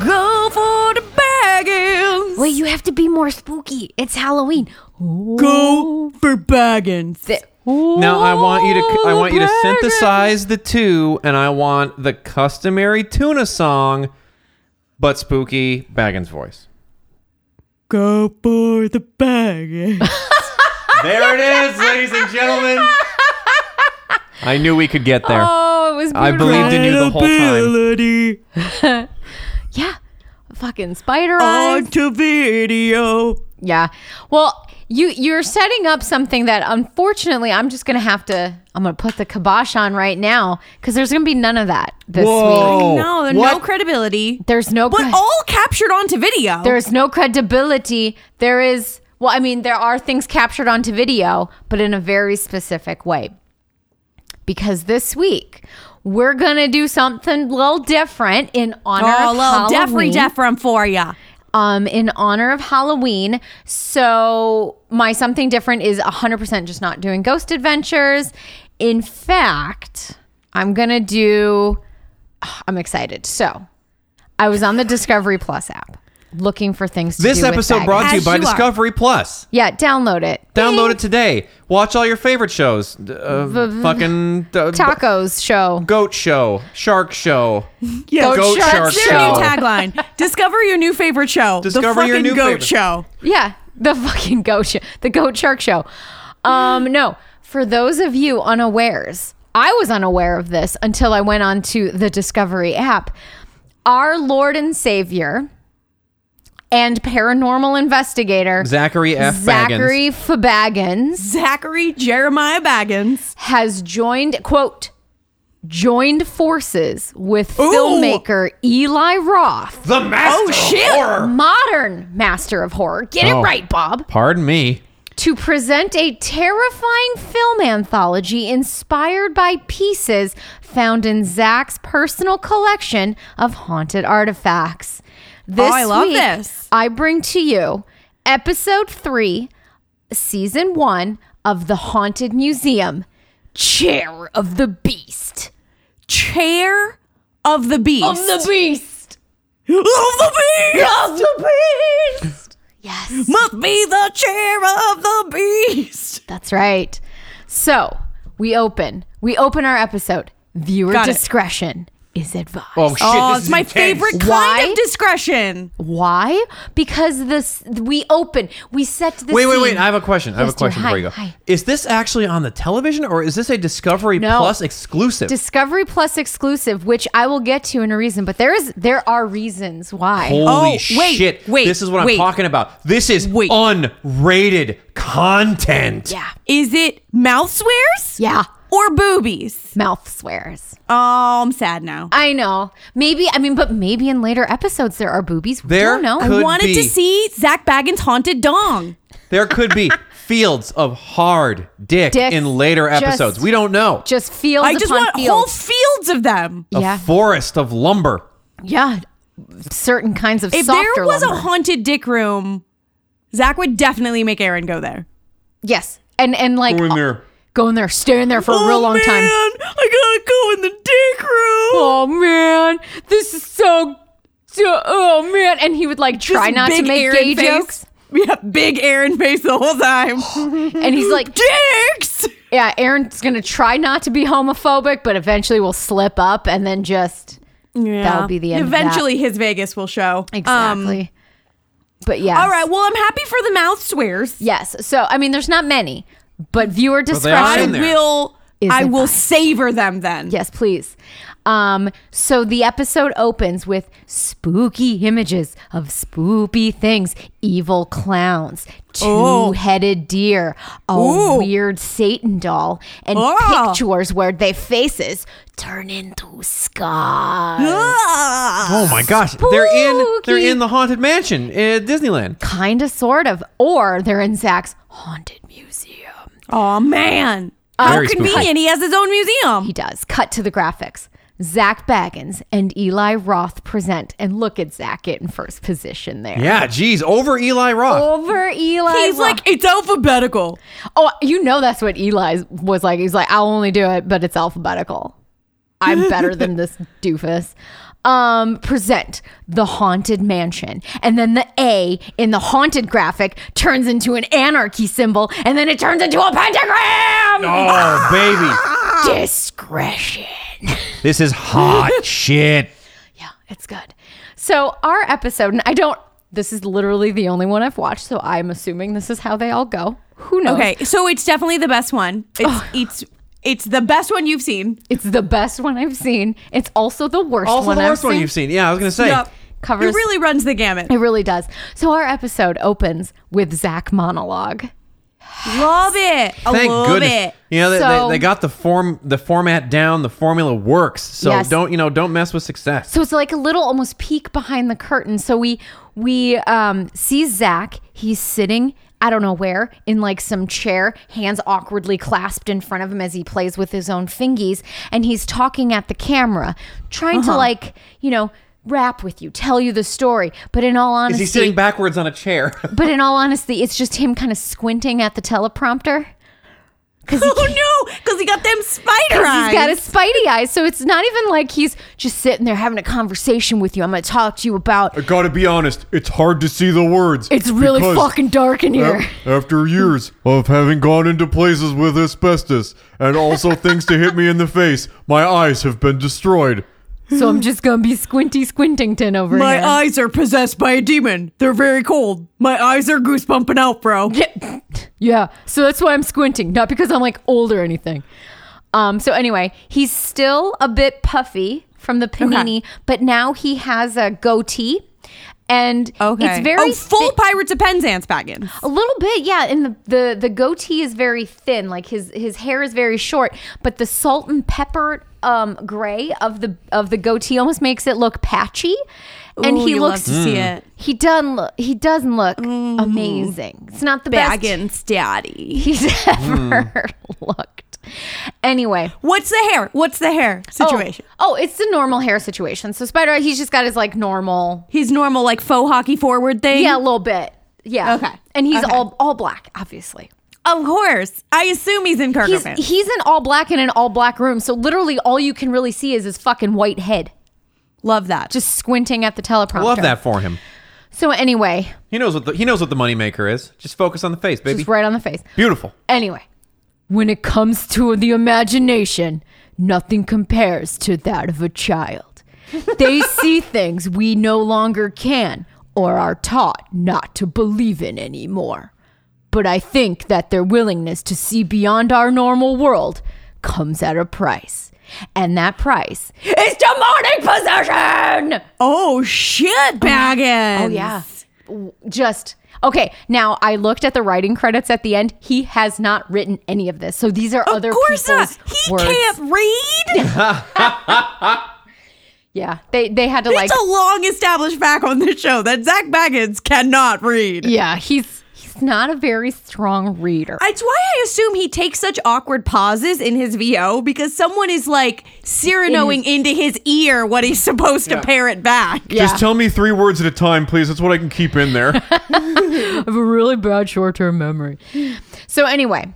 Go for the baggins. Wait, you have to be more spooky. It's Halloween. Go for baggins. Now I want you to I want you to synthesize the two, and I want the customary tuna song, but spooky Baggins voice. Go for the baggins. There it is, ladies and gentlemen. I knew we could get there. Oh, it was beautiful. I believed in you the whole time. Credibility Yeah. Fucking spider Oh. eyes. onto video. Yeah. Well, you you're setting up something that unfortunately I'm just gonna have to I'm gonna put the kibosh on right now because there's gonna be none of that this week. Whoa! Oh, No, no What? credibility. There's no But cred- all captured onto video. there's no credibility. There is well, I mean, there are things captured onto video, but in a very specific way. Because this week we're gonna do something a little different in honor oh, of little Halloween. Jeffrey Jeffrem for ya. um, in honor of Halloween. So my something different is 100% just not doing ghost adventures. In fact, I'm going to do I'm excited. So, I was on the Discovery Plus app looking for things to This do with episode baggage. brought to you As by you are. Discovery Plus. Yeah, download it. Download it today. Watch all your favorite shows. Uh, fucking uh, Tacos show. goat show, shark show, Yeah. goat shark shark That's your new show. tagline. Discover your new favorite show. the Discover fucking your new goat favorite- show. Yeah, the fucking goat show, the goat shark show. Um, no, for those of you unawares, I was unaware of this until I went on to the Discovery app. Our Lord and Savior and paranormal investigator Zachary F. Baggins. Zachary Fabagans Zachary Jeremiah Baggins. has joined quote joined forces with filmmaker Eli Roth, The master Oh, shit. modern master of horror. Get Oh. it right, Bob. Pardon me. to present a terrifying film anthology inspired by pieces found in Zach's personal collection of haunted artifacts. This Oh, I love week, this. I bring to you episode three, season one of The Haunted Museum Chair of the Beast. Chair of the Beast. Of the Beast. Of the Beast. Of the Beast. Yes. Must be the chair of the Beast. That's right. So we open. We open our episode. Viewer Got it. discretion is advised. Oh shit. oh, this it's is my intense. favorite kind Why? of discretion. Why? Because this we open. We set the Wait, wait, wait. scene. I have a question. I have Yes, a dear. question Hi, before you go. hi. Is this actually on the television or is this a Discovery No. Plus exclusive? Discovery Plus exclusive, which I will get to in a reason, but there is there are reasons why. Holy Oh, wait, shit. wait, this is what wait. I'm talking about. This is Wait. unrated content. Yeah. Is it mouth swears Yeah. or boobies? Mouth swears. Oh, I'm sad now. I know. Maybe I mean, but maybe in later episodes there are boobies. We There don't know. could- I wanted to be. see Zach Baggins' haunted dong. There could be fields of hard dick Dicks. in later Just- episodes. we don't know. just fields I just upon want whole fields. fields of them. a yeah. forest of lumber. yeah. Certain kinds of If softer there was lumber. a haunted dick room, Zach would definitely make Aaron go there. Yes. And and like uh, Go in there. Oh, Go in there. Stay in there for a real long time. Oh, I gotta go in the dick room. Oh man. This is so so oh man. And he would like try This not to big make Aaron gay face. jokes. Yeah, big Aaron face the whole time. And he's like, Dicks. Yeah, Aaron's gonna try not to be homophobic, but eventually will slip up and then just Yeah. That'll be the end of that. Eventually, his Vegas will show. Um, exactly. but yeah. all right. Well, I'm happy for the mouth swears. Yes. So I mean there's not many, but viewer they are discretion. in I there. will. Is I will advised. savor them then. Yes, please. Um, so the episode opens with spooky images of spooky things, evil clowns, two-headed deer, a Oh. Ooh. weird Satan doll, and Ah. pictures where their faces turn into scars. Ah. us. Oh my gosh, they're in they're Spooky. in the haunted mansion at Disneyland. Kind of, sort of. Or they're in Zach's haunted museum. Oh man. Uh, How Very spooky. convenient. He has his own museum. He does. Cut to the graphics. Zach Baggins and Eli Roth present, and look at Zach getting first position there. Yeah, geez, over Eli Roth. Over Eli. He's Roth. like, it's alphabetical. oh, you know that's what Eli was like. He's like, I'll only do it, but it's alphabetical. I'm better than this doofus. Um, present the haunted mansion, and then the A in the haunted graphic turns into an anarchy symbol, and then it turns into a pentagram. Oh baby, Discretion. this is hot shit. Yeah, it's good. So our episode, and I don't. This is literally the only one I've watched, so I'm assuming this is how they all go. Who knows? Okay, so it's definitely the best one. It's it's it's the best one you've seen. it's the best one I've seen. It's also the worst Also, one. the I've worst one seen. you've seen. Yeah, I was gonna say. Yep. Covers- it really runs the gamut. It really does. So our episode opens with Zach monologue. Love it. I Thank love goodness. it. You know they, So- they, they got the form the format down. The formula works. So Yes. don't you know don't mess with success. So it's like a little almost peek behind the curtain. So we we um, see Zach. He's sitting. I don't know where, in like some chair, hands awkwardly clasped in front of him as he plays with his own fingies. And he's talking at the camera, trying Uh-huh. to like, you know, rap with you, tell you the story. But in all Is honesty, he sitting backwards on a chair? but in all honesty, it's just him kind of squinting at the teleprompter. Cause he can't- Oh no, because he got them spider because eyes. he's got his spidey eyes. So it's not even like he's just sitting there having a conversation with you. I'm going to talk to you about. gotta be honest, it's hard to see the words. It's really Uh, because uh, fucking dark in here. a- After years of having gone into places with asbestos and also things to hit me in the face, my eyes have been destroyed. so I'm just going to be squinty squintington over My uh, here. eyes are possessed by a demon. They're very cold. My eyes are goosebumping out, bro. Yeah. yeah. So that's why I'm squinting, not because I'm like old or anything. Um, so anyway, he's still a bit puffy from the panini, but now he has a goatee. And it's very oh, full thi- Pirates of Penzance Baggins. A little bit, yeah. And the, the the goatee is very thin, like his his hair is very short, but the salt and pepper um gray of the of the goatee almost makes it look patchy. And Ooh, he you love looks Hmm. to see Mm. it. Mm. He doesn't look he doesn't look amazing. It's not the best Baggins, daddy. he's ever looked. Anyway, What's the hair? What's the hair oh, situation? Oh, it's the normal hair situation. So Spider, he's just got his like normal His normal like faux hockey forward thing. Yeah, a little bit. Yeah. Okay. And he's Okay. all all black, obviously. of course. I assume he's in Kirkland. He's he's in all black in an all black room. So literally all you can really see is his fucking white head Love that. just squinting at the teleprompter. Love that for him. So anyway, He knows what the he knows what the moneymaker is. Just focus on the face, baby. just right on the face. Beautiful. Anyway, when it comes to the imagination, nothing compares to that of a child. They see things we no longer can or are taught not to believe in anymore. But I think that their willingness to see beyond our normal world comes at a price. And that price is demonic possession! oh shit, Baggins. Oh yeah. W- Just okay. Now I looked at the writing credits at the end. He has not written any of this, so these are other Of course not. people's He words. can't read. Yeah, they they had to like. It's a long established fact on this show that Zach Baggins cannot read. yeah, he's he's not a very strong reader. It's why I assume he takes such awkward pauses in his VO because someone is like Cyranoing into his ear what he's supposed to parrot back. yeah, Just tell me three words at a time, please. That's what I can keep in there. I have a really bad short term memory. So anyway.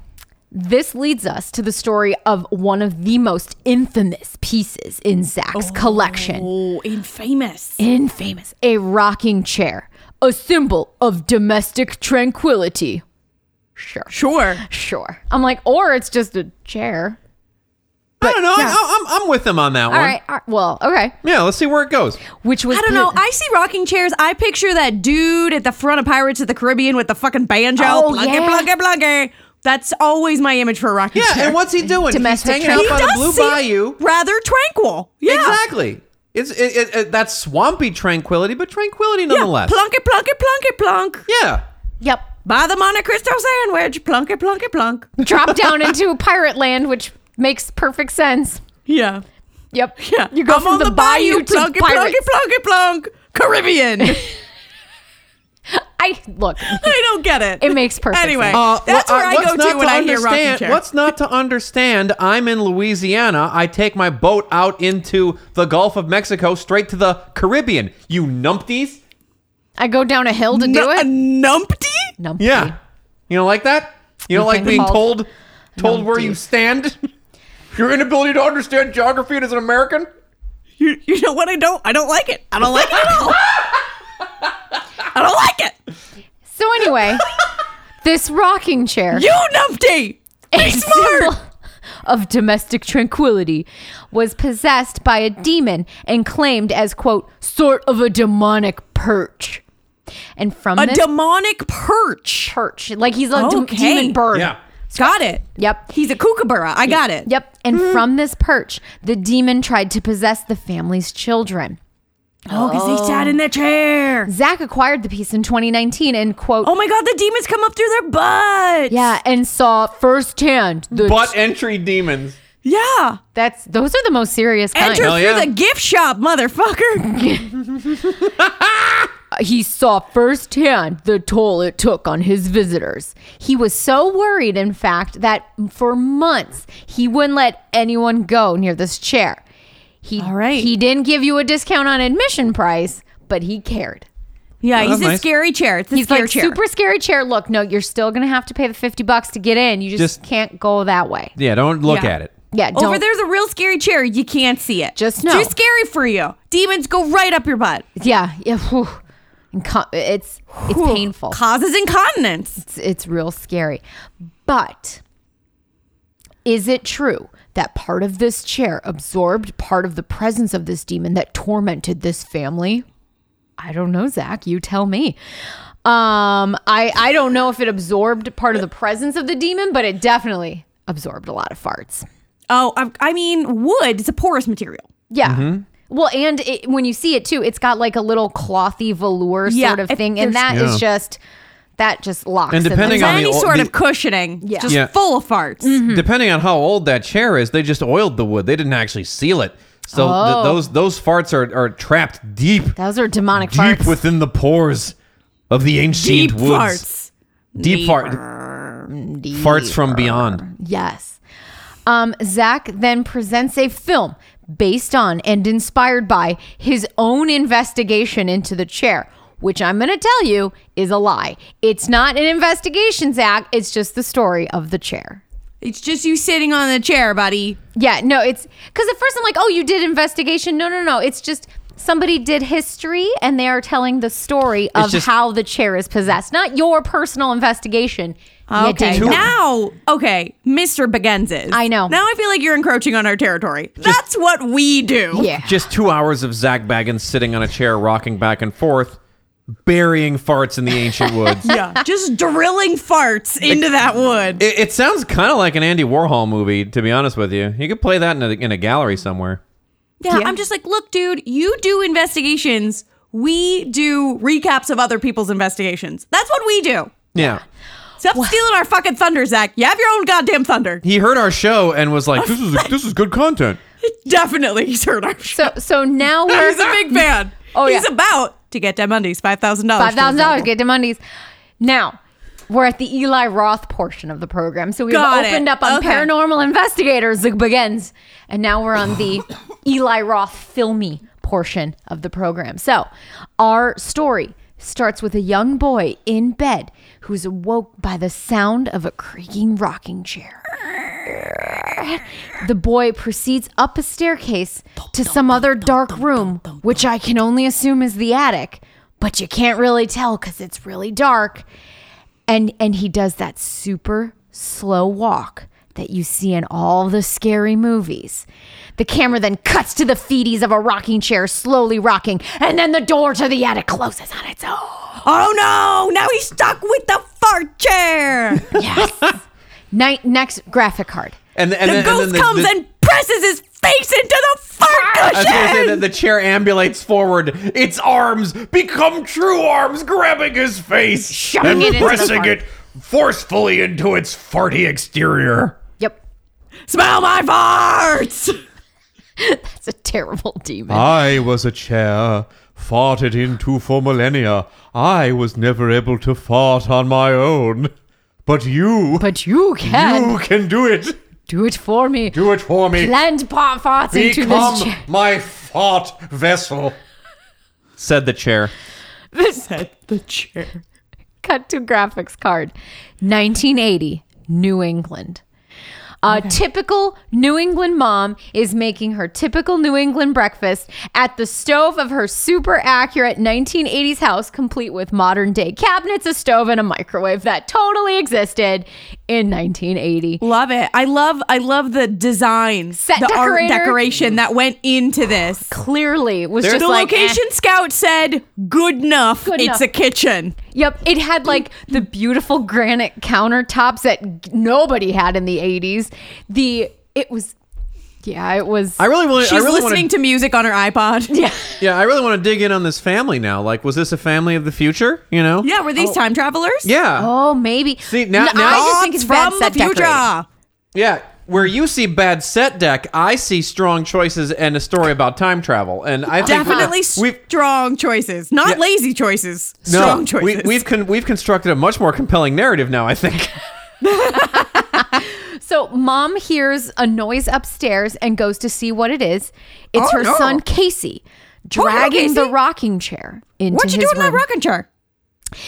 This leads us to the story of one of the most infamous pieces in Zach's collection. Oh, infamous. infamous a rocking chair a symbol of domestic tranquility sure Sure. sure i'm like or it's just a chair I don't know. I, I'm I'm with him on that all one. right, all right well okay Yeah, let's see where it goes. which was I don't know. I see rocking chairs. I picture that dude at the front of Pirates of the Caribbean with the fucking banjo. Oh, plunky, yeah. plunky, plunky. That's always my image for a rocking Yeah, chair. and what's he doing? Domestic He's hanging trafficking. out he by the does Blue seem Bayou. rather tranquil. Yeah. Exactly. It's it, it, it, that's swampy tranquility, but tranquility Yeah. nonetheless. Plunky, plunky, plunky, plunk. Yeah. yep Buy the Monte Cristo sandwich. Plunky, plunky, plunk. drop down into pirate land which makes perfect sense Yeah. Yep. Yeah. You go I'm from on the, bayou, to plunky, plunky, pirates. plunky, plunk, Caribbean. I I look. don't get it. It makes perfect Anyway, sense. Uh, that's well, where uh, I what's go not to when I hear rocking understand- chair. What's not to understand? I'm in Louisiana. I take my boat out into the Gulf of Mexico, straight to the Caribbean. You numpties. I go down a hill to do N- a it. numpty? No. Yeah. You don't like that? You don't like Nothing being called told told where you stand? Your inability to understand geography as an American? You, you know what? I don't. I don't like it. I don't like it at all. I don't like it. So anyway, this rocking chair. You numpty. a symbol of domestic tranquility, was possessed by a demon and claimed as, quote, sort of a demonic perch. And from A this demonic perch. perch, like he's a de- Okay. demon bird. Yeah. Got it. Yep. He's a kookaburra. I got it. Yep. And Mm-hmm. from this perch, the demon tried to possess the family's children. Oh, because they sat in the chair. Zach acquired the piece in 2019 and, quote, Oh my god, the demons come up through their butts. yeah, and saw firsthand the. Butt entry demons. Yeah. that's those are the most serious kind. Enter Hell through yeah. the gift shop, motherfucker. he saw firsthand the toll it took on his visitors. He was so worried, in fact, that for months he wouldn't let anyone go near this chair. He, All right. He didn't give you a discount on admission price, but he cared. yeah, he's Oh, that's a nice. scary chair. It's a He's scary like chair. super scary chair. Look, no, you're still gonna have to pay the fifty bucks to get in. You just, Just- can't go that way. Yeah, don't look Yeah. at it. Yeah, don't. Over there's a real scary chair. You can't see it. Just It's know. too scary for you. Demons go right up your butt. Yeah, yeah. whew. And co- it's it's Whew. painful. Causes incontinence. it's it's real scary. But is it true that part of this chair absorbed part of the presence of this demon that tormented this family? I don't know, Zach. You tell me. Um, I I don't know if it absorbed part of the presence of the demon, but it definitely absorbed a lot of farts. Oh, I, I mean, wood is a porous material. Yeah. Mm-hmm. Well, and it, when you see it too, it's got like a little clothy velour Yeah, sort of if thing, and there's- that is Yeah. just that just locks. And in depending there. on the Any ol- sort the- of cushioning. Yeah. Mm-hmm. Just Yeah. full of farts. Depending on how old that chair is, they just oiled the wood. They didn't actually seal it. So th- Oh. those those farts are, are trapped deep those are demonic deep farts. within the pores of the ancient Deep woods. farts. Deep fart farts from beyond. Yes. Um, Zach then presents a film based on and inspired by his own investigation into the chair, which I'm going to tell you is a lie. It's not an investigation, Zach. It's just the story of the chair. It's just you sitting on the chair, buddy. Yeah, no, it's because at first I'm like, oh, you did investigation. No, no, no. It's just somebody did history and they are telling the story of just- how the chair is possessed, not your personal investigation. you Okay. ding-dong. Now, okay, Mr. Begenzes. I know. Now I feel like you're encroaching on our territory. That's what we do. Yeah. Just two hours of Zach Baggins sitting on a chair, rocking back and forth, burying farts in the ancient woods. it, Yeah. Just drilling farts into that wood. it sounds kind of like an Andy Warhol movie, to be honest with you. You could play that in a, in a gallery somewhere. Yeah, I'm just like, look, dude, you do investigations. We do recaps of other people's investigations. That's what we do. Yeah. Stop stealing our fucking thunder, Zach. You have your own goddamn thunder. He heard our show and was like, "This is this is good content." Definitely, he's heard our show. So, so now we're he's a big fan. Oh, he's yeah. about to get Dem Undies five thousand dollars. Five thousand dollars. Get to Mondays. Now we're at the Eli Roth portion of the program, so we've Got it. opened up on Okay. paranormal investigators the begins, and now we're on the Eli Roth filmy portion of the program. So our story starts with a young boy in bed who's awoke by the sound of a creaking rocking chair. The boy proceeds up a staircase to some other dark room, which I can only assume is the attic, but you can't really tell cuz it's really dark. And and he does that super slow walk that you see in all the scary movies. The camera then cuts to the feeties of a rocking chair slowly rocking, and then the door to the attic closes on its own. Oh no! Now he's stuck with the fart chair. the Yes. Night next graphic card. And and then, ghost and then the, comes the- and presses his face into the fart I was gonna say cushion. that the chair ambulates forward, its arms become true arms, grabbing his face Shoving and it into the pressing fart. it forcefully into its farty exterior. Yep. Smell my farts. That's a terrible demon. I was a chair, farted into for millennia. I was never able to fart on my own. But you, but you can you can do it. do it for me. Do it for me. Land pot farts into this Become chair. my fart vessel. Said the chair. Said the chair. Cut to graphics card. 1980, New England. A typical New England mom is making her typical New England breakfast at the stove of her super accurate 1980s house, complete with modern day cabinets, a stove, and a microwave that totally existed in 1980. Love it. I love I love the design, Set the art decorator. decoration that went into this. Clearly, was the just like eh. location scout said, "Good enough. Good enough." it's a kitchen." Yep, it had like the beautiful granite countertops that g- nobody had in the 80s. The it was yeah, it was I really want. She's I really listening want to music on her iPod. yeah. to. Yeah, I really want to dig in on this family now. Like, was this a family of the future? You know. Yeah, were these time travelers? Oh. Yeah. Oh, maybe. See, now- No, I now- just think it's bad from the set future. decorating. Yeah. Where you see bad set deck, I see strong choices and a story about time travel. And I think that Definitely we've strong choices, not Yeah. lazy choices. no, strong We, choices. we've con- we've constructed a much more compelling narrative now. I think. So mom hears a noise upstairs and goes to see what it is. It's Oh, her no. son Oh, Casey no, dragging the Casey. rocking chair into what you his doing in that room. rocking chair?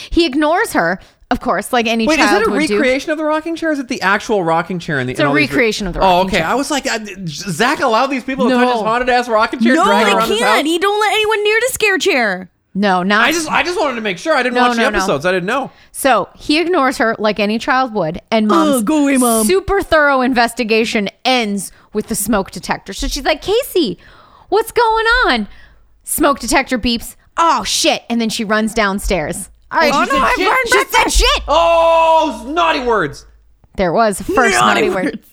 He ignores her, of course, like any Wait, is child that a would do. recreation of the rocking chair? Or is it the actual rocking chair in the? It's a recreation of the Oh, rocking okay. chair. I was like, I, Zach allowed these people No. to touch his haunted ass rocking chair. no, drag they it around his house? can't. e- He don't let anyone near the scare chair. No, not I just, I just wanted to make sure I didn't No, watch no, the no. episodes. I didn't know. So he ignores her like any child would, and mom's Ugh, go away, Mom. super thorough investigation ends with the smoke detector. So she's like, Casey, what's going on? Smoke detector beeps. Oh shit! And then she runs downstairs. All right, Oh, she no, said I've shit. learned She about said this. shit. Oh, naughty words. There was a first naughty, Naughty word. words.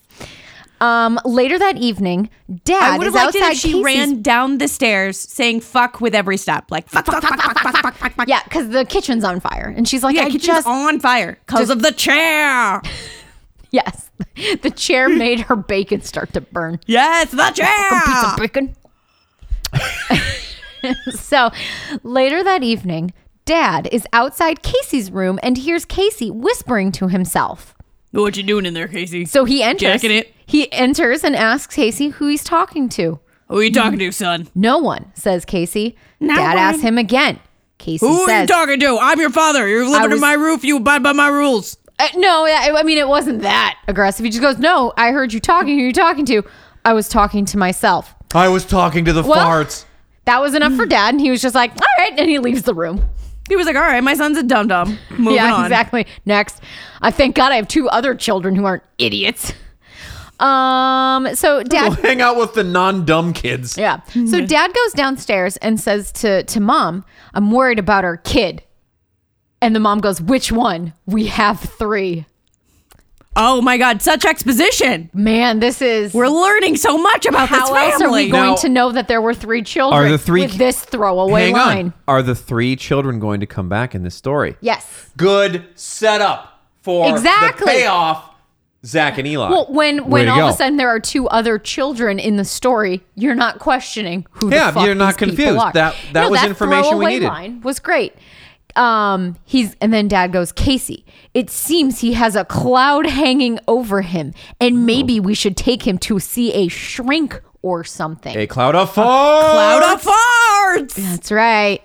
Um, later that evening, I Dad would is have liked it outside. if she Casey's- ran down the stairs saying "fuck" with every step, like "fuck, fuck, fuck, fuck, fuck, fuck, fuck, fuck." Yeah, because the kitchen's on fire, and she's like, yeah, I kitchen's just on fire because of the chair. yes. The chair made her bacon start to burn. Yes, the piece of chair. bacon. so later that evening, Dad is outside Casey's room and hears Casey whispering to himself. What you doing in there, Casey? So he enters. Jacking it. He enters and asks Casey who he's talking to. who are you talking to, son? No one, says Casey. No Dad one. asks him again. Casey Who are you says, talking to? I'm your father. You're living was- in my roof. You abide by my rules. Uh, "No, I, I mean it wasn't that aggressive." He just goes, "No, I heard you talking. Who are you talking to? I was talking to myself." I was talking to the Well- farts. That was enough for Hmm. Dad, and he was just like, "All right," and he leaves the room. He was like, "All right, my son's a dum dum. Moving yeah, on." exactly. Next. I thank God I have two other children who aren't idiots. Um, so We'll dad hang out with the non-dumb kids. Yeah. So dad goes downstairs and says to to mom, I'm worried about our kid. And the mom goes, Which one? We have three. Oh my God, such exposition. Man, this is We're learning so much about how this else family. are we going Now- to know that there were three children Are the three with ki- this throwaway Hang line? on. Are the three children going to come back in this story? Yes. Good setup for Exactly. the payoff. Zach and Eli. Well, when when to all of go. a sudden there are two other children in the story, you're not questioning who. the Yeah, fuck you're not these people confused. are. That- that was information we throwaway needed. Line was great. Um, he's and then Dad goes, Casey. It seems he has a cloud hanging over him, Oh. and maybe we should take him to see a shrink or something. a cloud of farts. Out of farts. That's right.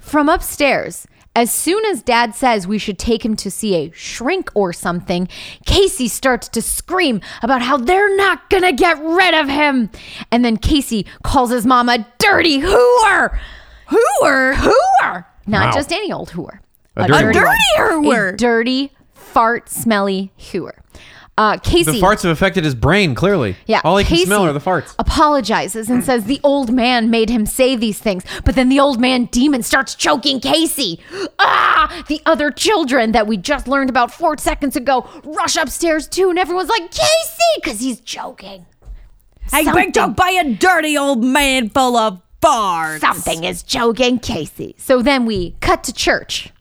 From upstairs, as soon as dad says we should take him to see a shrink or something, Casey starts to scream about how they're not gonna get rid of him. And then Casey calls his mom a dirty hooer. Hooer? Hooer. Not Wow. just any old hooer. A dirty one. one. Dirty hooer. A dirty, fart, smelly hooer. Uh, Casey. The farts have affected his brain, clearly. Yeah. All he Casey can smell are the farts. Apologizes and says the old man made him say these things, but then the old man demon starts choking Casey. Ah! The other children that we just learned about four seconds ago rush upstairs too, and everyone's like, Casey, because he's choking. I picked up by a dirty old man full of farts. Something is choking Casey. So then we cut to church.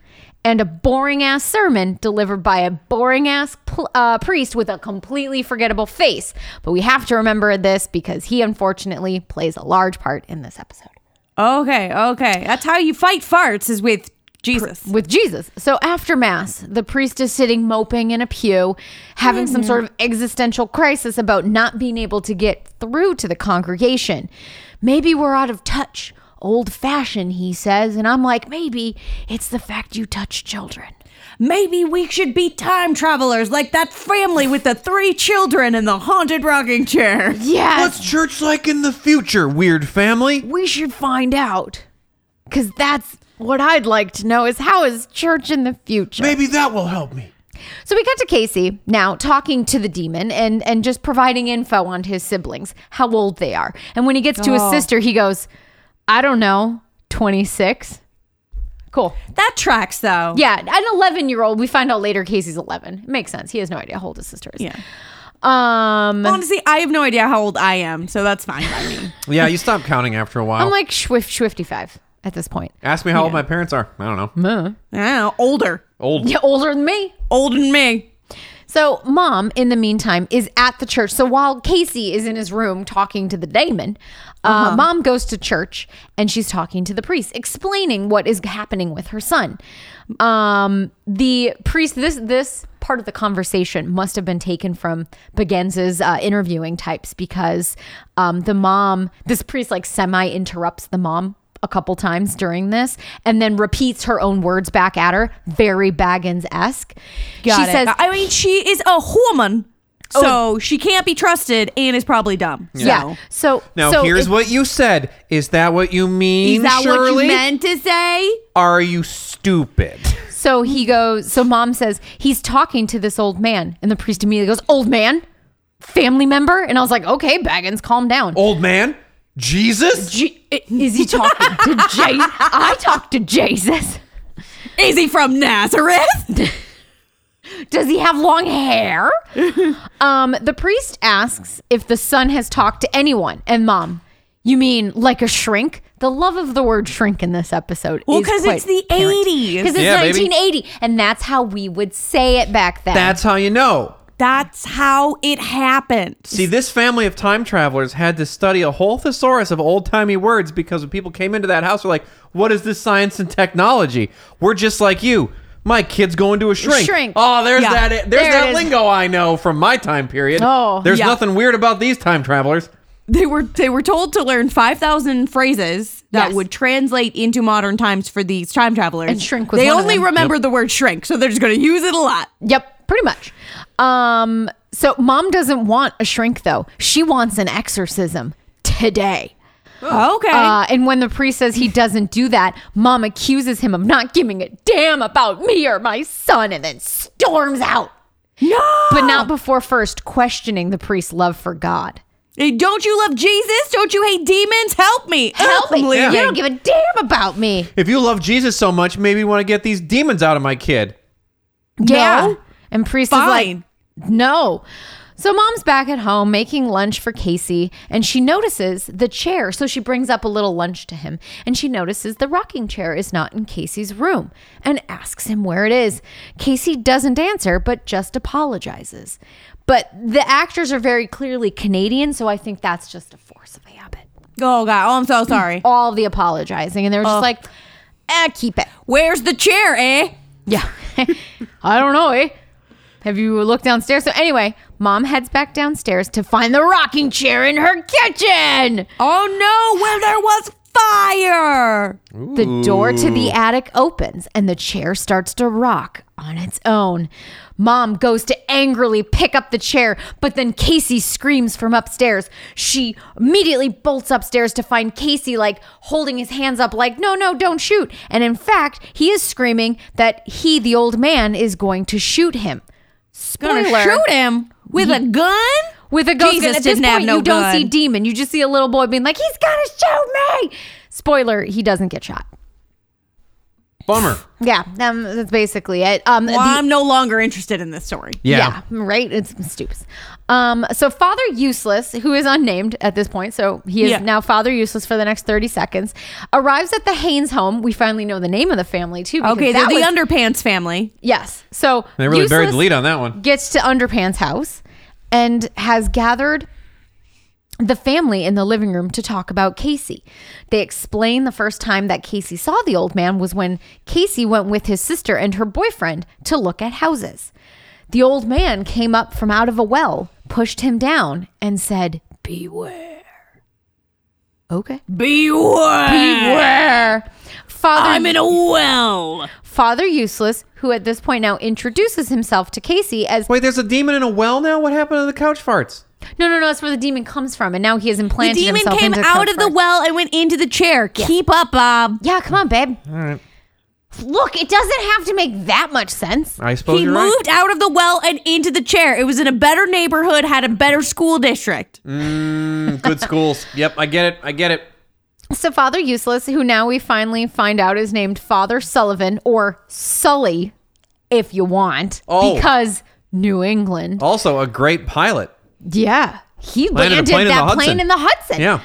and a boring ass sermon delivered by a boring ass pl- uh, priest with a completely forgettable face. But we have to remember this because he unfortunately plays a large part in this episode. Okay, okay. That's how you fight farts is with Jesus. with Jesus. So after Mass, the priest is sitting moping in a pew, having some sort of existential crisis about not being able to get through to the congregation. Maybe we're out of touch, old fashioned, he says. And I'm like, maybe it's the fact you touch children. Maybe we should be time travelers like that family with the three children in the haunted rocking chair. Yes, What's church like in the future, weird family? we should find out. Because that's what I'd like to know is how is church in the future? Maybe that will help me. So we cut to Casey now talking to the demon and and just providing info on his siblings, how old they are. And when he gets to his Oh. sister, he goes, "I don't know, 26." Cool. That tracks though. Yeah, an 11-year-old. We find out later Casey's 11. It makes sense. He has no idea how old his sister is. Yeah. Um Honestly, I have no idea how old I am, so that's fine by me. Yeah, you stop counting after a while. I'm like Schwiff Schwifty 5 at this point. Ask me how old my parents are. I don't know. Yeah, older. Old. Yeah, older than me. Older than me. So, mom, in the meantime, is at the church. So, while Casey is in his room talking to the daemon, uh, Uh-huh. mom goes to church and she's talking to the priest, explaining what is happening with her son. Um, the priest, this this part of the conversation must have been taken from Begenz's uh, interviewing types because um, the mom, this priest, like semi interrupts the mom a couple times during this and then repeats her own words back at her very baggins esque Got she it. Oh. says I mean, she is a woman, so she can't be trusted and is probably dumb. Yeah. So. So Now so here's it- what you said. Is that what you mean, Is that Shirley? what you meant to say? Are you stupid? So he goes. So mom says he's talking to this old man, and the priest immediately goes, "Old man, family member." And I was like, "Okay, Baggins, calm down." old man? Jesus? G- i- is he talking to Jesus? I talk to Jesus. Is he from Nazareth? Does he have long hair? um, the priest asks if the son has talked to anyone, and mom, you mean like a shrink? The love of the word shrink in this episode. Well, is 'cause quite it's the apparent. 80s. Because it's Yeah, baby. 1980, and that's how we would say it back then. That's how you know. That's how it happened. See, this family of time travelers had to study a whole thesaurus of old timey words because when people came into that house, were like, "What is this science and technology?" We're just like you. My kid's going to a shrink. Shrink. Oh, there's Yeah. that. There's There it that is. lingo I know from my time period. Oh, there's yeah. nothing weird about these time travelers. they were they were told to learn 5000 phrases that Yes. would translate into modern times for these time travelers And shrink was they one of only them. remember the word shrink so they're just going to use it a lot Yep, pretty much. Um, so mom doesn't want a shrink though. She wants an exorcism today. okay Uh, and when the priest says he doesn't do that, mom accuses him of not giving a damn about me or my son and then storms out. no But not before first questioning the priest's love for God. Hey, don't you love jesus don't you hate demons help me Help me. I'm You leaving. don't give a damn about me. If you love Jesus so much, maybe you want to get these demons out of my kid. Yeah. And priest is like, fine No. So mom's back at home making lunch for Casey and she notices the chair. So she brings up a little lunch to him and she notices the rocking chair is not in Casey's room and asks him where it is. Casey doesn't answer but just apologizes. But the actors are very clearly Canadian, so I think that's just a force of habit. oh god oh i'm so sorry All the apologizing and they're just like, eh, keep it. where's the chair eh Yeah. I don't know, eh? Have you looked downstairs? So, anyway, mom heads back downstairs to find the rocking chair in her kitchen. oh no where there was fire The door to the attic opens and the chair starts to rock on its own. Mom goes to angrily pick up the chair, but then Casey screams from upstairs. She immediately bolts upstairs to find Casey like holding his hands up like, "No, no, don't shoot." And in fact, he is screaming that he the old man is going to shoot him. gonna Spoiler. shoot him with a gun with a ghost. Jesus gun. At this didn't have point, no you don't gun. see demon. You just see a little boy being like, "He's gonna shoot me!" Spoiler: He doesn't get shot. Bummer. Yeah, um, that's basically it. Um, Well, the- I'm no longer interested in this story. Yeah. right. It's stupid. Um, so Father Useless, who is unnamed at this point, so he is Yeah. now Father Useless for the next thirty seconds, arrives at the Haynes home. We finally know the name of the family too. because Okay, they're that the was- underpants family. Yes. So They really buried the Useless lead on that one. Gets to Underpants' house and has gathered the family in the living room to talk about Casey. They explain the first time that Casey saw the old man was when Casey went with his sister and her boyfriend to look at houses. The old man came up from out of a well, pushed him down, and said, Beware. Okay. Beware! Beware. Father I'm in a well. Father Useless, who at this point now introduces himself to Casey as Wait, there's a demon in a well now? What happened to the couch farts? No, no, no. That's where the demon comes from, and now he has The implanted demon himself came into out of the Cuthbert. well and went into the chair. Keep up, Bob. Yeah, come on, babe. Look, it doesn't have to make that much sense. I suppose he you're right. moved out of the well and into the chair. It was in a better neighborhood, had a better school district. Mm. Good schools. Yep, I get it. I get it. So Father Useless, who now we finally find out is named Father Sullivan or Sully, if you want, Oh. because New England. Also, a great pilot. Yeah, he Landed a landed plane in that the plane Hudson. in the Hudson. Yeah.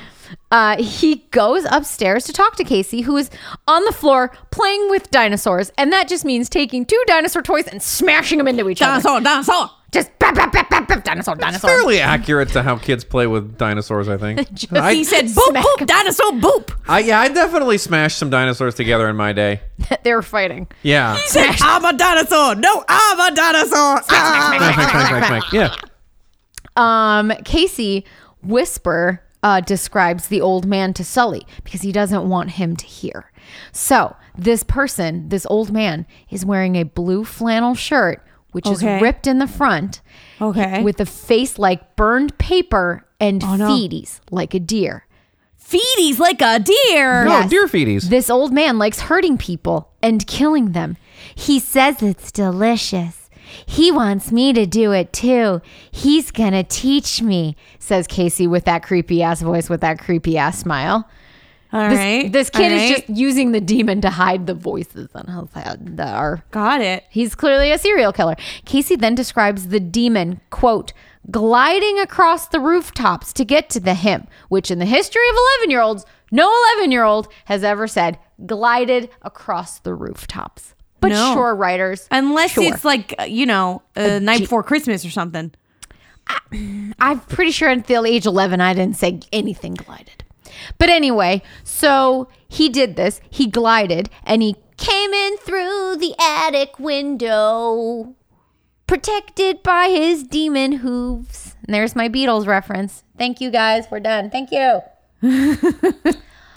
Uh, he goes upstairs to talk to Casey, who is on the floor playing with dinosaurs, and that just means taking two dinosaur toys and smashing them into each other. Dinosaur, dinosaur. just bap, bap, bap, bap, bap, dinosaur, dinosaur. Fairly accurate to how kids play with dinosaurs, I think. I, he said, boop, Smack. boop, dinosaur, boop. I, yeah, I definitely smashed some dinosaurs together in my day. they were fighting. Yeah. He said, I'm a dinosaur. No, I'm a dinosaur. Ah. Smack, smack, smack, smack, smack. Yeah. Um, Casey Whisper uh, describes the old man to Sully because he doesn't want him to hear. So this person, this old man, is wearing a blue flannel shirt, which Okay. is ripped in the front, Ah. Okay. Oh, with a face like burned paper and no. feeties like a deer. Feeties like a deer. No, Yes. Oh, deer feeties. This old man likes hurting people and killing them. He says it's delicious. He wants me to do it too. He's gonna teach me, says Casey with that creepy ass voice, with that creepy ass smile. All This, right. this all kid is right. just using the demon to hide the voices on his head that are. Got it. He's clearly a serial killer. Casey then describes the demon, quote, gliding across the rooftops to get to the hymn, which in the history of 11 year olds, no 11 year old has ever said glided across the rooftops. But No. sure, writers. Unless sure. it's like, uh, you know, uh, night before Christmas or something. I'm pretty sure until age 11, I didn't say anything glided. But anyway, so he did this. He glided and he came in through the attic window, protected by his demon hooves. And there's my Beatles reference. Thank you guys. We're done. Thank you.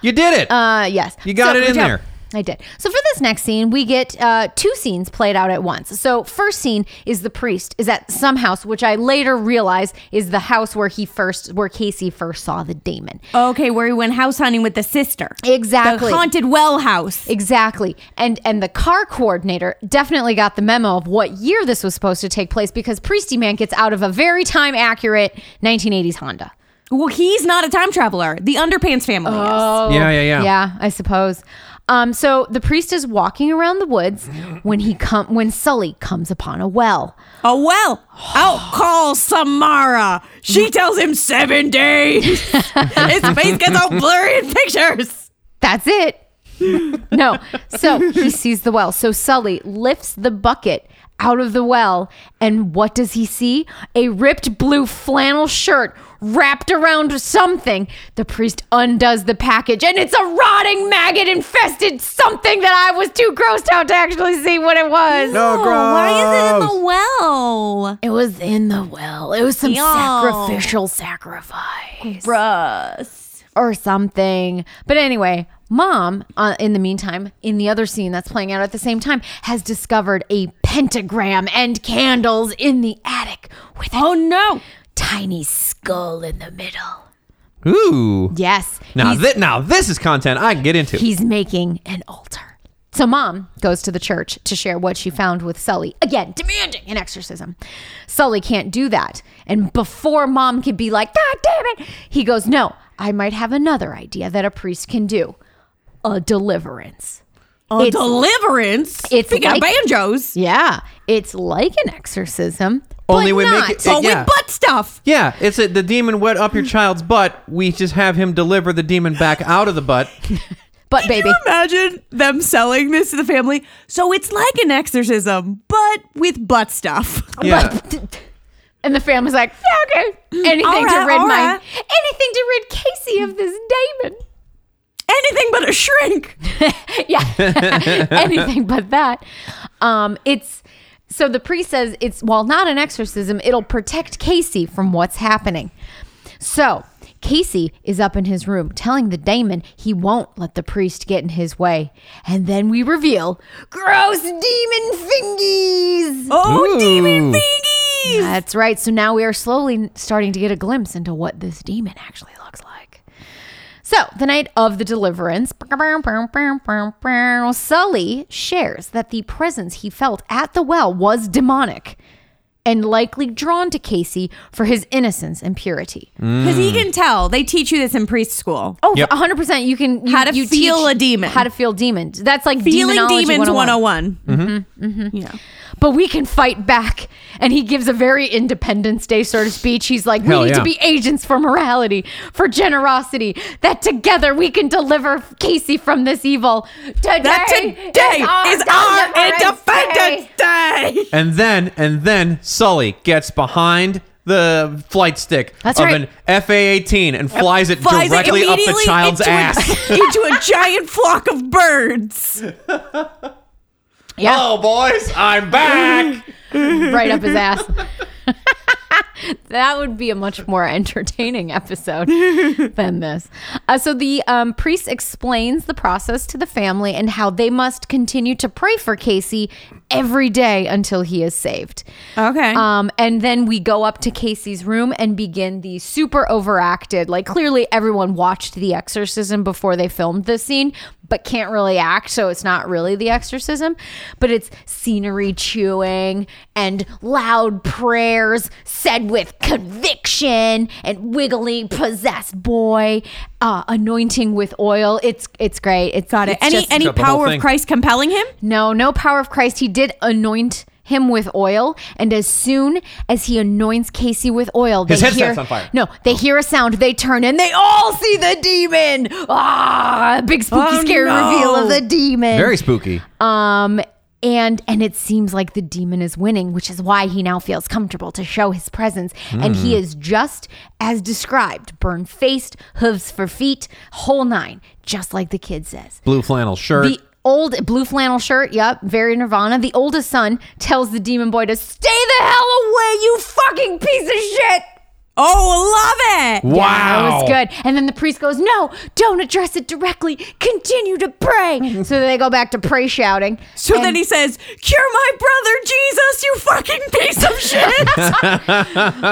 You did it. Oh. Uh, yes. You got it in good job. there. I did. So for this next scene, we get uh, two scenes played out at once. So first scene is the priest is at some house, which I later realize is the house where he first, where Casey first saw the demon. Oh. Okay, where he went house hunting with the sister. Exactly. The haunted well house. Exactly. And and the car coordinator definitely got the memo of what year this was supposed to take place because Priesty Man gets out of a very time accurate 1980s Honda. Well, he's not a time traveler. The underpants family is. Oh. yeah, yeah, yeah. Yeah, I suppose. Um, so the priest is walking around the woods when he come when Sully comes upon a well. Oh, well. Out calls Samara. She tells him seven days. His face gets all blurry in pictures. That's it. no. So he sees the well. So Sully lifts the bucket out of the well, and what does he see? A ripped blue flannel shirt wrapped around something. The priest undoes the package, and it's a rotting maggot infested something that I was too grossed out to actually see what it was. No, Oh, gross. why is it in the well? It was in the well. It was some Yo. sacrificial sacrifice Bruh. or something. But anyway, mom, uh, in the meantime, in the other scene that's playing out at the same time, has discovered a pentagram and candles in the attic with Oh, no. a tiny skull in the middle. Ooh. Yes. Now, he's- thi- now this is content I can get into. He's making an altar. So mom goes to the church to share what she found with Sully, again demanding an exorcism. Sully can't do that. And before mom can be like, God damn it, he goes, No, I might have another idea that a priest can do a deliverance. It's- Deliverance. It's Speaking like- of banjos. Yeah, it's like an exorcism. Only but we make not. it- Oh, Yeah. with butt stuff. Yeah, it's a, the demon wet up your child's butt. We just have him deliver the demon back out of the butt. but baby, Can you imagine them selling this to the family? So it's like an exorcism, but with butt stuff. Yeah. But, and the family's like, yeah, okay, anything All to right, rid all my, right. anything to rid Casey of this demon. Anything but a shrink. yeah, anything but that. Um, it's so the priest says it's while not an exorcism, it'll protect Casey from what's happening. So Casey is up in his room telling the daemon he won't let the priest get in his way, and then we reveal gross demon fingies. Oh, demon Ooh. thingies. That's right. So now we are slowly starting to get a glimpse into what this demon actually looks like. So, the night of the deliverance, Sully shares that the presence he felt at the well was demonic and likely drawn to Casey for his innocence and purity. Because he Mm. can tell. They teach you this in priest school. Oh, Yep. 100%. You can you, How to you feel teach a demon. How to feel demons. That's like Feeling demonology demons 101. 101. Mm-hmm. Yeah. but we can fight back. And he gives a very Independence Day sort of speech. He's like, Hell we need yeah. to be agents for morality, for generosity, that together we can deliver Casey from this evil. Today, That today is our Independence Day. And then and then Sully gets behind the flight stick That's of right. an FA-18 and flies it Flies it directly up the immediately child's into a- ass. into a giant flock of birds. Yeah. Hello, boys, I'm Mm. back. right up his ass. that would be a much more entertaining episode than this. Uh, so the um, priest explains the process to the family and how they must continue to pray for Casey every day until he is saved. Okay. Um, and then we go up to Casey's room and begin the super overacted. Like clearly, everyone watched The Exorcism before they filmed this scene, but can't really act, so it's not really The Exorcism. But it's scenery chewing and loud prayers said with conviction and wiggly possessed boy uh, anointing with oil. It's it's great. It's Got it. it's any just- any Got the whole power thing. of Christ compelling him? no, no power of Christ. He did anoint him with oil, and as soon as he anoints Casey with oil, they His head's hear on fire. no, they hear a sound, they turn, and they all see the demon. Ah, big spooky, Oh, scary no. reveal of the demon. Very spooky. um. And and it seems like the demon is winning, which is why he now feels comfortable to show his presence. And he Hmm. is just as described: burn faced, hooves for feet, whole nine, just like the kid says. Blue flannel shirt. The old blue flannel shirt, yep, very Nirvana. The oldest son tells the demon boy to stay the hell away, you fucking piece of shit. Oh, love it. That wow. was good. And then the priest goes, No, don't address it directly. Continue to pray. so they go back to pray shouting. So And- then he says, "Cure my brother, Jesus, you fucking piece of shit."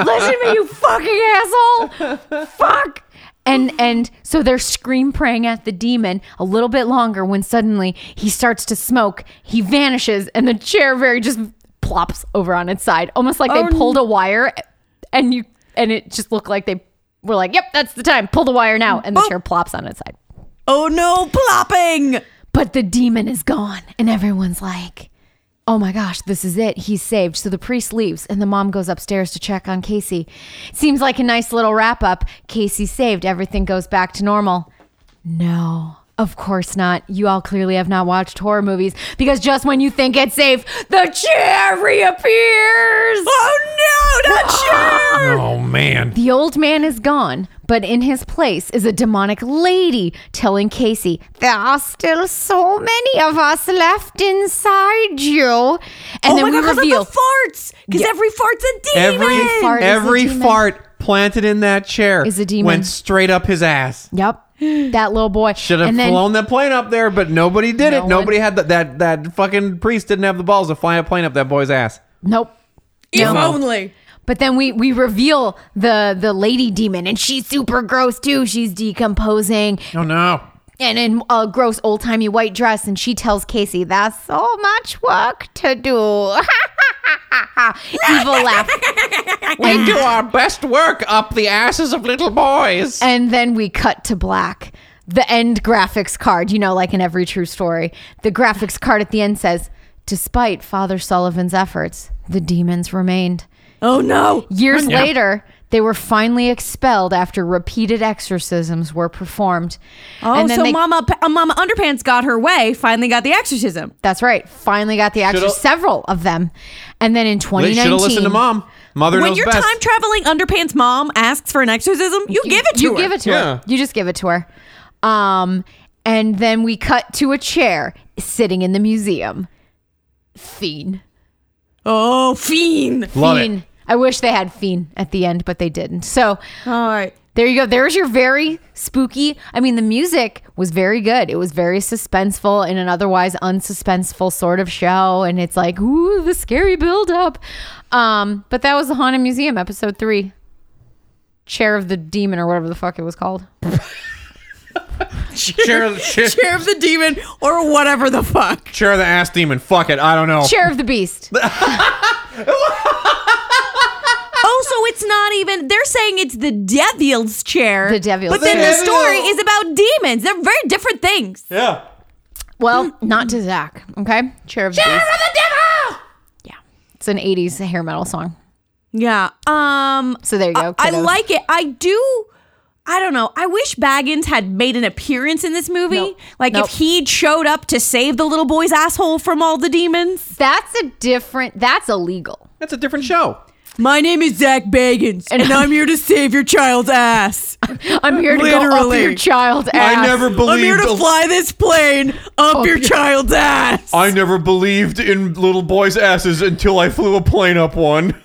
Listen to me, you fucking asshole. Fuck. And and so they're scream praying at the demon a little bit longer when suddenly he starts to smoke. He vanishes and the chair very just plops over on its side, almost like they pulled a wire and you and it just looked like they were like, "Yep, that's the time. Pull the wire now." And the Boop. chair plops on its side. oh no, plopping. But the demon is gone, and everyone's like, oh my gosh, this is it. He's saved. So the priest leaves, and the mom goes upstairs to check on Casey. Seems like a nice little wrap up. Casey's saved. Everything goes back to normal. No. Of course not. You all clearly have not watched horror movies because just when you think it's safe, the chair reappears. Oh no, not sure. Oh man. The old man is gone, but in his place is a demonic lady telling Casey, There are still so many of us left inside you. And oh then my we god, 'cause reveal of the farts. Because every fart's a demon. Every fart is a every demon. fart planted in that chair Is a demon. went straight up his ass. Yep, that little boy. Should have And then- flown that plane up there, but nobody did No it. one- Nobody had the, that. That fucking priest didn't have the balls to fly a plane up that boy's ass. Nope. if No. only. But then we we reveal the the lady demon, and she's super gross too. She's decomposing, Oh no! and in a gross old timey white dress, and she tells Casey, "That's so much work to do." Evil laugh. We do our best work up the asses of little boys. And then we cut to black. the end graphics card, you know, like in every true story, the graphics card at the end says, Despite Father Sullivan's efforts, the demons remained. Oh no. Years later, they were finally expelled after repeated exorcisms were performed. Oh, so they- Mama Pa- uh, Mama Underpants got her way. Finally, got the exorcism. That's right. Finally got the extra Shoulda- several of them. And then in They should 2019, have listened to mom. Mother when knows your best. time traveling Underpants mom asks for an exorcism, you, give it to you her. give it to Yeah. her. You just give it to her. Um, and then we cut to a chair sitting in the museum. Fiend. Oh, fiend. Love it. Fiend. I wish they had fiend at the end, but they didn't. So All right. there you go. There's your very spooky. I mean, the music was very good. It was very suspenseful in an otherwise unsuspenseful sort of show, and it's like, ooh, the scary buildup. Um, but that was the Haunted Museum, episode three. Chair of the Demon, or whatever the fuck it was called. Chair of, chair, Chair of the demon or whatever the fuck. chair of the ass demon. Fuck it. I don't know. Chair of the Beast. Oh, so it's not even. They're saying it's the devil's chair. The devil's But then chair. the story Devil. is about demons. They're very different things. Yeah. Well, not to Zach. Okay, Chair of the Beast. Chair of the Devil. Yeah, it's an '80s hair metal song. Yeah. Um. So there you go. I, I kiddos. like it. I do. I don't know. I wish Baggins had made an appearance in this movie. Nope. Like Nope. if he'd showed up to save the little boy's asshole from all the demons. that's a different. That's illegal. That's a different show. My name is Zach Baggins, and, I'm here to save your child's ass. I'm here to go up Literally. your child's ass. I never believed. fly this plane up your child's ass. I never believed in little boys' asses until I flew a plane up one.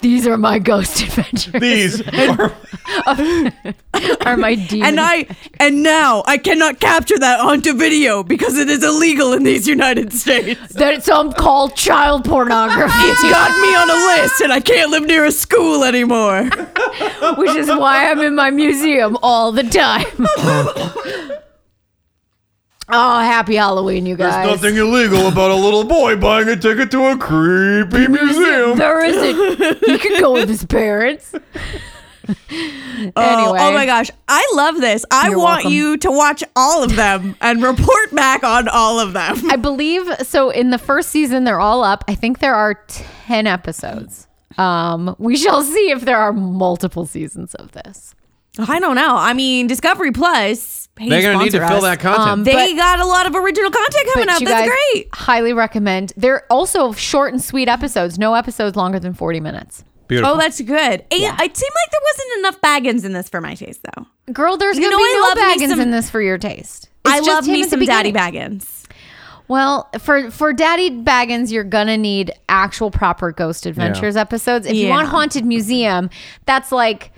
These are my ghost adventures. These are are my demons. and I and now I cannot capture that onto video because it is illegal in these United States. that some call child pornography, It's got me on a list, and I can't live near a school anymore. which is why I'm in my museum all the time. oh, happy Halloween, you guys. illegal about a little boy buying a ticket to a creepy museum. There isn't. He could go with his parents. anyway. Oh, Oh my gosh. I love this. I You're want welcome. you to watch all of them and report back on all of them. I believe so. In the first season, they're all up. I think there are ten episodes. Um, we shall see if there are multiple seasons of this. I don't know. I mean, Discovery Plus. hey, They're gonna need sponsor to fill us. that content. Um, They But- got a lot of original content coming But up. you That's guys, great. Highly recommend. They're also short and sweet episodes. No episodes longer than forty minutes. Beautiful. Oh, that's good. And It seemed like there wasn't enough Baggins in this for my taste, though. Girl, there's You gonna know be I no love me Baggins some- in this for your taste. It's I just love him me at the some Daddy beginning. Baggins. Well, for for Daddy Baggins, you're gonna need actual proper Ghost Adventures episodes. If you Yeah. want Haunted Museum, that's like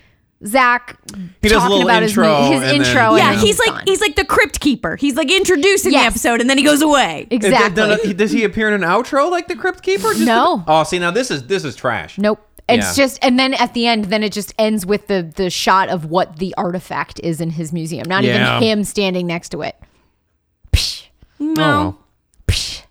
Zach He does a talking little about his, intro mu- his and then- intro. yeah, and then Oh, he's like gone. he's like the crypt keeper. He's like introducing the Yes. episode and then he goes away. Is that exactly. done- does he appear in an outro like the Crypt Keeper? Just No. the- oh, see now this is this is trash. Nope. It's Yeah. just and then at the end, then it just ends with the the shot of what the artifact is in his museum. Not Yeah. even him standing next to it. Psh, Oh, well. psh.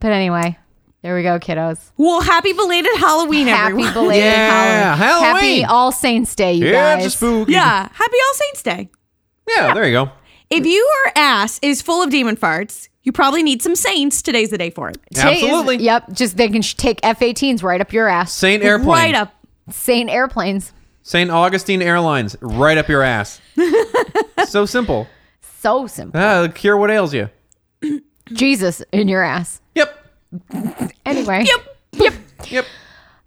But anyway, there we go, kiddos. Well, happy belated Halloween, Happy everyone. belated Yeah, Halloween. Halloween. Happy All Saints Day, you Yeah, guys. just spooky. yeah, happy All Saints Day. Yeah, there you go. If your ass is full of demon farts, you probably need some saints. Today's the day for it. Today is- Absolutely. yep. Just they can sh- take F-18s right up your ass. Saint Airplane. Right up. Saint airplanes. St. Augustine Airlines, right up your ass. so simple. So simple. Ah, cure what ails you. Jesus in your ass. Yep. Anyway. Yep. Yep. Yep.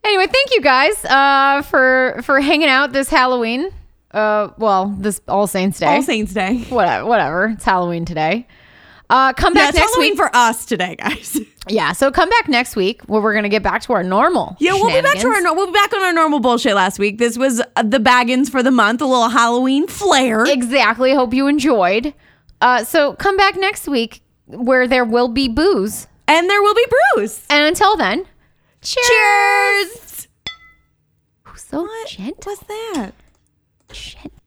Anyway, thank you guys uh, for for hanging out this Halloween. Uh, well, this All Saints Day. All Saints Day. whatever, whatever. It's Halloween today. Uh, come Yeah, back it's next Halloween week. for us today, guys. yeah, so come back next week where we're gonna get back to our normal. Yeah, we'll be back to our shenanigans. nor- we'll be back on our normal bullshit last week. This was uh, the Baggins for the month, a little Halloween flair. Exactly. Hope you enjoyed. Uh, so come back next week where there will be booze. and there will be brews. And until then, cheers. Cheers. So gentle, What's that? gentle.